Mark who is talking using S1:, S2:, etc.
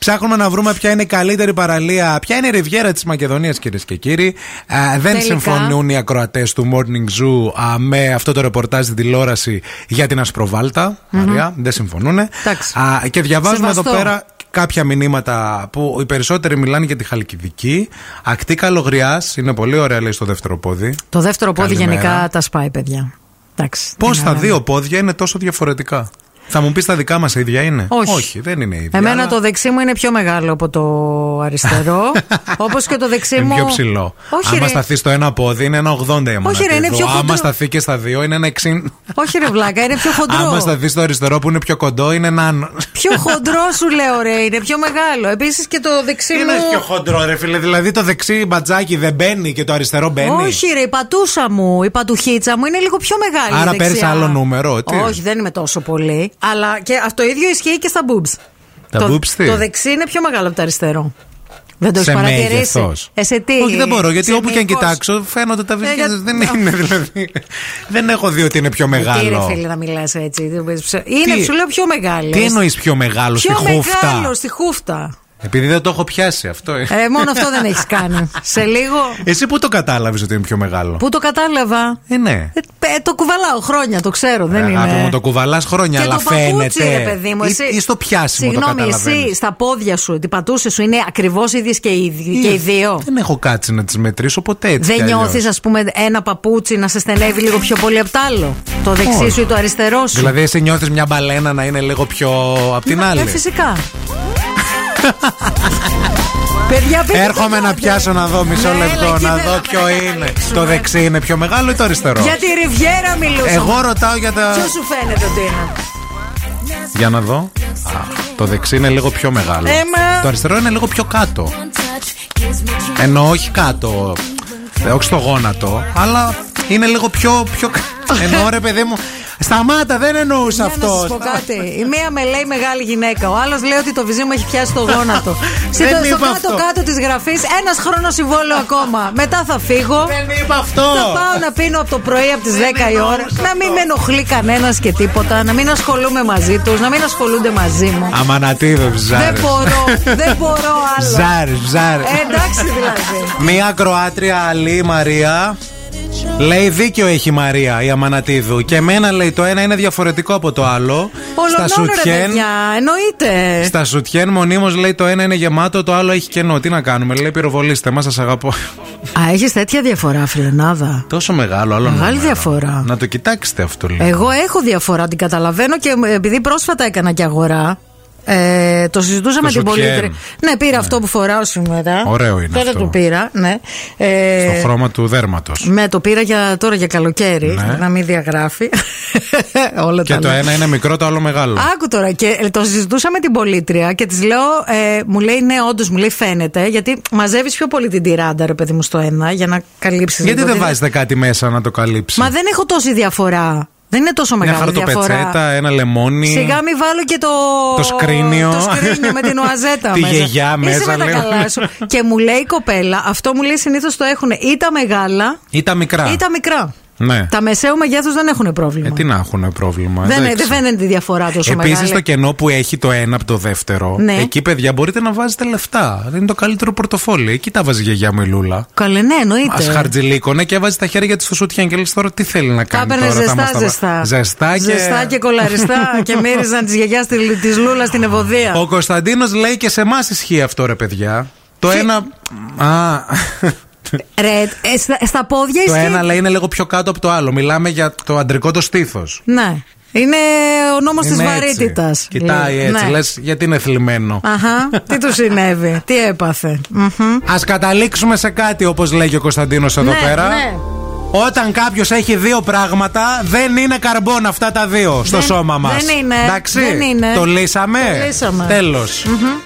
S1: Ψάχνουμε να βρούμε ποια είναι η καλύτερη παραλία, ποια είναι η ριβιέρα της Μακεδονίας, κυρίες και κύριοι. Α, δεν
S2: Τελικά.
S1: συμφωνούν οι ακροατές του Morning Zoo α, με αυτό το ρεπορτάζ στην τηλεόραση για την Ασπροβάλτα. Μαρία, δεν συμφωνούν.
S2: Εντάξει.
S1: και διαβάζουμε εδώ
S2: Σεβαστό.
S1: πέρα κάποια μηνύματα που οι περισσότεροι μιλάνε για τη Χαλκιδική. Ακτή Καλογριάς, είναι πολύ ωραία, λέει στο δεύτερο πόδι.
S2: Το δεύτερο πόδι
S1: Καλημέρα.
S2: γενικά τα σπάει, παιδιά. Εντάξει,
S1: Πώ
S2: τι να
S1: τα
S2: λέμε.
S1: δύο πόδια είναι τόσο διαφορετικά. Θα μου πεις τα δικά μας ίδια είναι.
S2: Όχι.
S1: δεν είναι ίδια.
S2: Εμένα
S1: αλλά
S2: το δεξί μου είναι πιο μεγάλο από το αριστερό. Όπως και το δεξί
S1: Είναι
S2: μου.
S1: πιο ψηλό.
S2: Όχι,
S1: Άμα
S2: ρε.
S1: σταθεί στο ένα πόδι είναι ένα 80 η
S2: Όχι, ρε, είναι
S1: του.
S2: πιο
S1: Άμα
S2: χοντρό.
S1: σταθεί και στα δύο είναι ένα 60.
S2: Όχι, ρε βλάκα, είναι πιο χοντρό.
S1: Άμα σταθεί στο αριστερό που είναι πιο κοντό είναι ένα.
S2: Πιο χοντρό σου λέω, ρε, είναι πιο μεγάλο. Επίσης και το δεξί
S1: Τι
S2: μου.
S1: είναι πιο χοντρό, ρε φίλε. Δηλαδή το δεξί μπατζάκι δεν μπαίνει και το αριστερό μπαίνει.
S2: Όχι, ρε, η πατούσα μου, η πατουχίτσα μου είναι λίγο πιο μεγάλη.
S1: Άρα
S2: δεξιά.
S1: παίρνεις άλλο νούμερο, τι?
S2: Όχι, δεν είμαι τόσο πολύ. Αλλά και αυτό ίδιο ισχύει και στα boobs.
S1: Τα
S2: το,
S1: boobs τι?
S2: Το δεξί είναι πιο μεγάλο από το αριστερό. Δεν το έχεις
S1: Σε
S2: παρατηρήσει.
S1: μέγεθος.
S2: Ε, σε τι.
S1: Όχι, δεν μπορώ, γιατί
S2: σε
S1: όπου και αν
S2: μήκος.
S1: κοιτάξω φαίνονται τα βυζιά.
S2: για- Ε,
S1: Δεν είναι, δηλαδή. Δεν έχω δει ότι είναι πιο
S2: Τι ρε
S1: μεγάλο.
S2: φίλε να μιλάς έτσι. δεν μπορείς- Είναι,
S1: Τι-
S2: σου λέω πιο μεγάλο.
S1: Τι εννοείς πιο μεγάλο στη
S2: Πιο
S1: χούφτα.
S2: μεγάλο στη χούφτα.
S1: Επειδή δεν το έχω πιάσει αυτό. ε.
S2: Ε, μόνο αυτό δεν έχεις κάνει. Σε λίγο.
S1: Εσύ πού το κατάλαβες ότι είναι πιο μεγάλο.
S2: Πού το κατάλαβα.
S1: Ε, ναι.
S2: Ε, ε, το κουβαλάω χρόνια, το ξέρω. Δεν
S1: Αγάπη
S2: είναι.
S1: μου, Ε, το κουβαλάς χρόνια,
S2: και
S1: αλλά
S2: το παπούτσι,
S1: φαίνεται.
S2: ρε παιδί μου.
S1: Ή-
S2: Εσύ...
S1: Ή, στο πιάσιμο το
S2: Συγγνώμη,
S1: καταλαβαίνεις.
S2: εσύ στα πόδια σου, την πατούσα σου είναι ακριβώς ίδιες και, οι δυ- και οι δύο.
S1: Δεν έχω κάτσει να τις μετρήσω ποτέ έτσι.
S2: Δεν
S1: κι αλλιώς.
S2: νιώθεις, ας πούμε, ένα παπούτσι να σε στενεύει λίγο πιο πολύ από το άλλο. Το δεξί
S1: Όχι.
S2: σου ή το αριστερό σου.
S1: Δηλαδή, εσύ νιώθεις μια μπαλένα να είναι λίγο πιο απ' την
S2: Ε,
S1: άλλη.
S2: φυσικά. Παιδιά, πείτε
S1: Έρχομαι
S2: το
S1: να
S2: τότε.
S1: πιάσω να δω μισό
S2: Ναι,
S1: λεπτό,
S2: έλα,
S1: να
S2: κοίτα,
S1: δω
S2: να
S1: ποιο είναι.
S2: καταλήξουμε.
S1: Το δεξί είναι πιο μεγάλο ή το αριστερό.
S2: Για τη Ριβιέρα μιλούσαμε.
S1: Εγώ ρωτάω για τα.
S2: Ποιο σου φαίνεται ότι είναι.
S1: Για να δω. Α, το δεξί είναι λίγο πιο μεγάλο.
S2: Έμα.
S1: Το αριστερό είναι λίγο πιο κάτω. Ενώ όχι κάτω. ε, Όχι στο γόνατο, αλλά είναι λίγο πιο. πιο... κα- Ενώ ρε παιδί μου. Σταμάτα, δεν εννοούσα
S2: Για να σας πω
S1: αυτό.
S2: κάτι. Η μία με λέει μεγάλη γυναίκα. Ο άλλος λέει ότι το βυζί μου έχει πιάσει το γόνατο.
S1: Δεν
S2: Στην- στο
S1: είπα αυτό.
S2: κάτω-κάτω της γραφής, ένας χρόνος συμβόλαιο ακόμα. Μετά θα φύγω.
S1: Δεν είπα αυτό.
S2: Θα πάω να πίνω από το πρωί από τις 10 η ώρα. Να μην με ενοχλεί κανένας και τίποτα. Να μην ασχολούμαι μαζί τους. Να μην ασχολούνται μαζί μου.
S1: Αμανατίδε,
S2: Δεν
S1: ψάρε.
S2: μπορώ. Δεν μπορώ άλλο.
S1: Ψάρε, ψάρε.
S2: Ε, Εντάξει δηλαδή.
S1: Μία ακροάτρια αλή Μαρία. Λέει δίκιο έχει η Μαρία η Αμανατίδου Και εμένα λέει το ένα είναι διαφορετικό από το άλλο Στα
S2: Ολονόρο ρε
S1: σουτιέν
S2: παιδιά. ε. Εννοείται.
S1: Στα σουτιέν μονίμως λέει το ένα είναι γεμάτο Το άλλο έχει κενό Τι να κάνουμε λέει πυροβολήστε μας σας αγαπώ
S2: Α, έχεις τέτοια διαφορά, φιλενάδα.
S1: Τόσο μεγάλο άλλο
S2: Μεγάλη
S1: νούμερο.
S2: διαφορά.
S1: Να το κοιτάξετε αυτό λίγο
S2: Εγώ έχω διαφορά, την καταλαβαίνω και ε, επειδή πρόσφατα έκανα και αγορά. Ε, το συζητούσα
S1: Το
S2: με την
S1: σουτιέν.
S2: πολίτρια. Ναι, πήρα αυτό που φοράω σήμερα.
S1: Ωραίο είναι
S2: Τώρα
S1: αυτό.
S2: το πήρα, ναι. Ε,
S1: Το χρώμα του δέρματος
S2: Ναι, το πήρα για, τώρα για καλοκαίρι.
S1: Ναι.
S2: Να μην διαγράφει. Όλα
S1: Και
S2: τα
S1: το
S2: λέω.
S1: ένα είναι μικρό το άλλο μεγάλο
S2: Άκου τώρα, και ε, το συζητούσα με την πολίτρια και της λέω, ε, μου λέει ναι, όντως μου λέει φαίνεται, γιατί μαζεύεις πιο πολύ την τυράντα, ρε παιδί μου, στο ένα για να καλύψεις.
S1: Γιατί δεν βάζετε κάτι μέσα να το καλύψει
S2: Μα δεν έχω τόση διαφορά. Δεν είναι τόσο
S1: Μια
S2: μεγάλη διαφορά.
S1: χαρτοπετσέτα, ένα λεμόνι
S2: Σιγά μη βάλω και το.
S1: Το σκρίνιο.
S2: Το σκρίνιο με την οαζέτα.
S1: Τη
S2: μέσα.
S1: γιαγιά μέσα,
S2: Είσαι με τα
S1: λέω.
S2: καλά σου. και μου λέει η κοπέλα, αυτό μου λέει συνήθως το έχουν ή τα μεγάλα
S1: Ή τα μικρά
S2: ή τα μικρά.
S1: Ναι
S2: Τα μεσαίου μεγέθους δεν έχουν πρόβλημα.
S1: Ε, τι να έχουν πρόβλημα.
S2: δεν,
S1: εντάξει.
S2: δεν φαίνεται η διαφορά τόσο
S1: Επίσης,
S2: μεγάλη.
S1: το κενό που έχει το ένα από το δεύτερο,
S2: Ναι.
S1: εκεί παιδιά μπορείτε να βάζετε λεφτά. Είναι το καλύτερο πορτοφόλι. Εκεί τα βάζει η γιαγιά μου η Λούλα.
S2: Καλέ, ναι,
S1: Α
S2: εννοείται.
S1: χαρτζηλίκωνε και έβαζε τα χέρια της στο σούτιαν και λες τώρα τι θέλει να
S2: Τα
S1: κάνει.
S2: έπαιρνε
S1: τώρα, τα
S2: ζεστά,
S1: μας τα βα-
S2: ζεστά.
S1: Ζεστά και.
S2: Ζεστά και κολαριστά και μύριζαν τη γιαγιάς της Λούλας στην ευωδία.
S1: Ο Κωνσταντίνος λέει και σε εμάς ισχύει αυτό, ρε παιδιά. Το
S2: Και-
S1: ένα. Α.
S2: Ρε, ε, στα, στα πόδια
S1: το
S2: ισχύει.
S1: ένα λέει είναι λίγο πιο κάτω από το άλλο. Μιλάμε για το αντρικό το στήθος.
S2: Ναι. Είναι ο νόμος της βαρύτητας.
S1: Κοιτάει έτσι.
S2: Ναι.
S1: Λες, γιατί είναι θλιμμένο.
S2: Αχα, τι του συνέβη, τι έπαθε. Μμμ.
S1: Ας καταλήξουμε σε κάτι όπως λέει και ο Κωνσταντίνος εδώ
S2: Ναι,
S1: πέρα.
S2: ναι.
S1: Όταν κάποιος έχει δύο πράγματα, δεν είναι καρμπόν αυτά τα δύο στο
S2: Δεν-
S1: σώμα μας.
S2: δεν είναι.
S1: Εντάξει.
S2: Δεν είναι.
S1: Το λύσαμε.
S2: Το λύσαμε.
S1: Τέλος.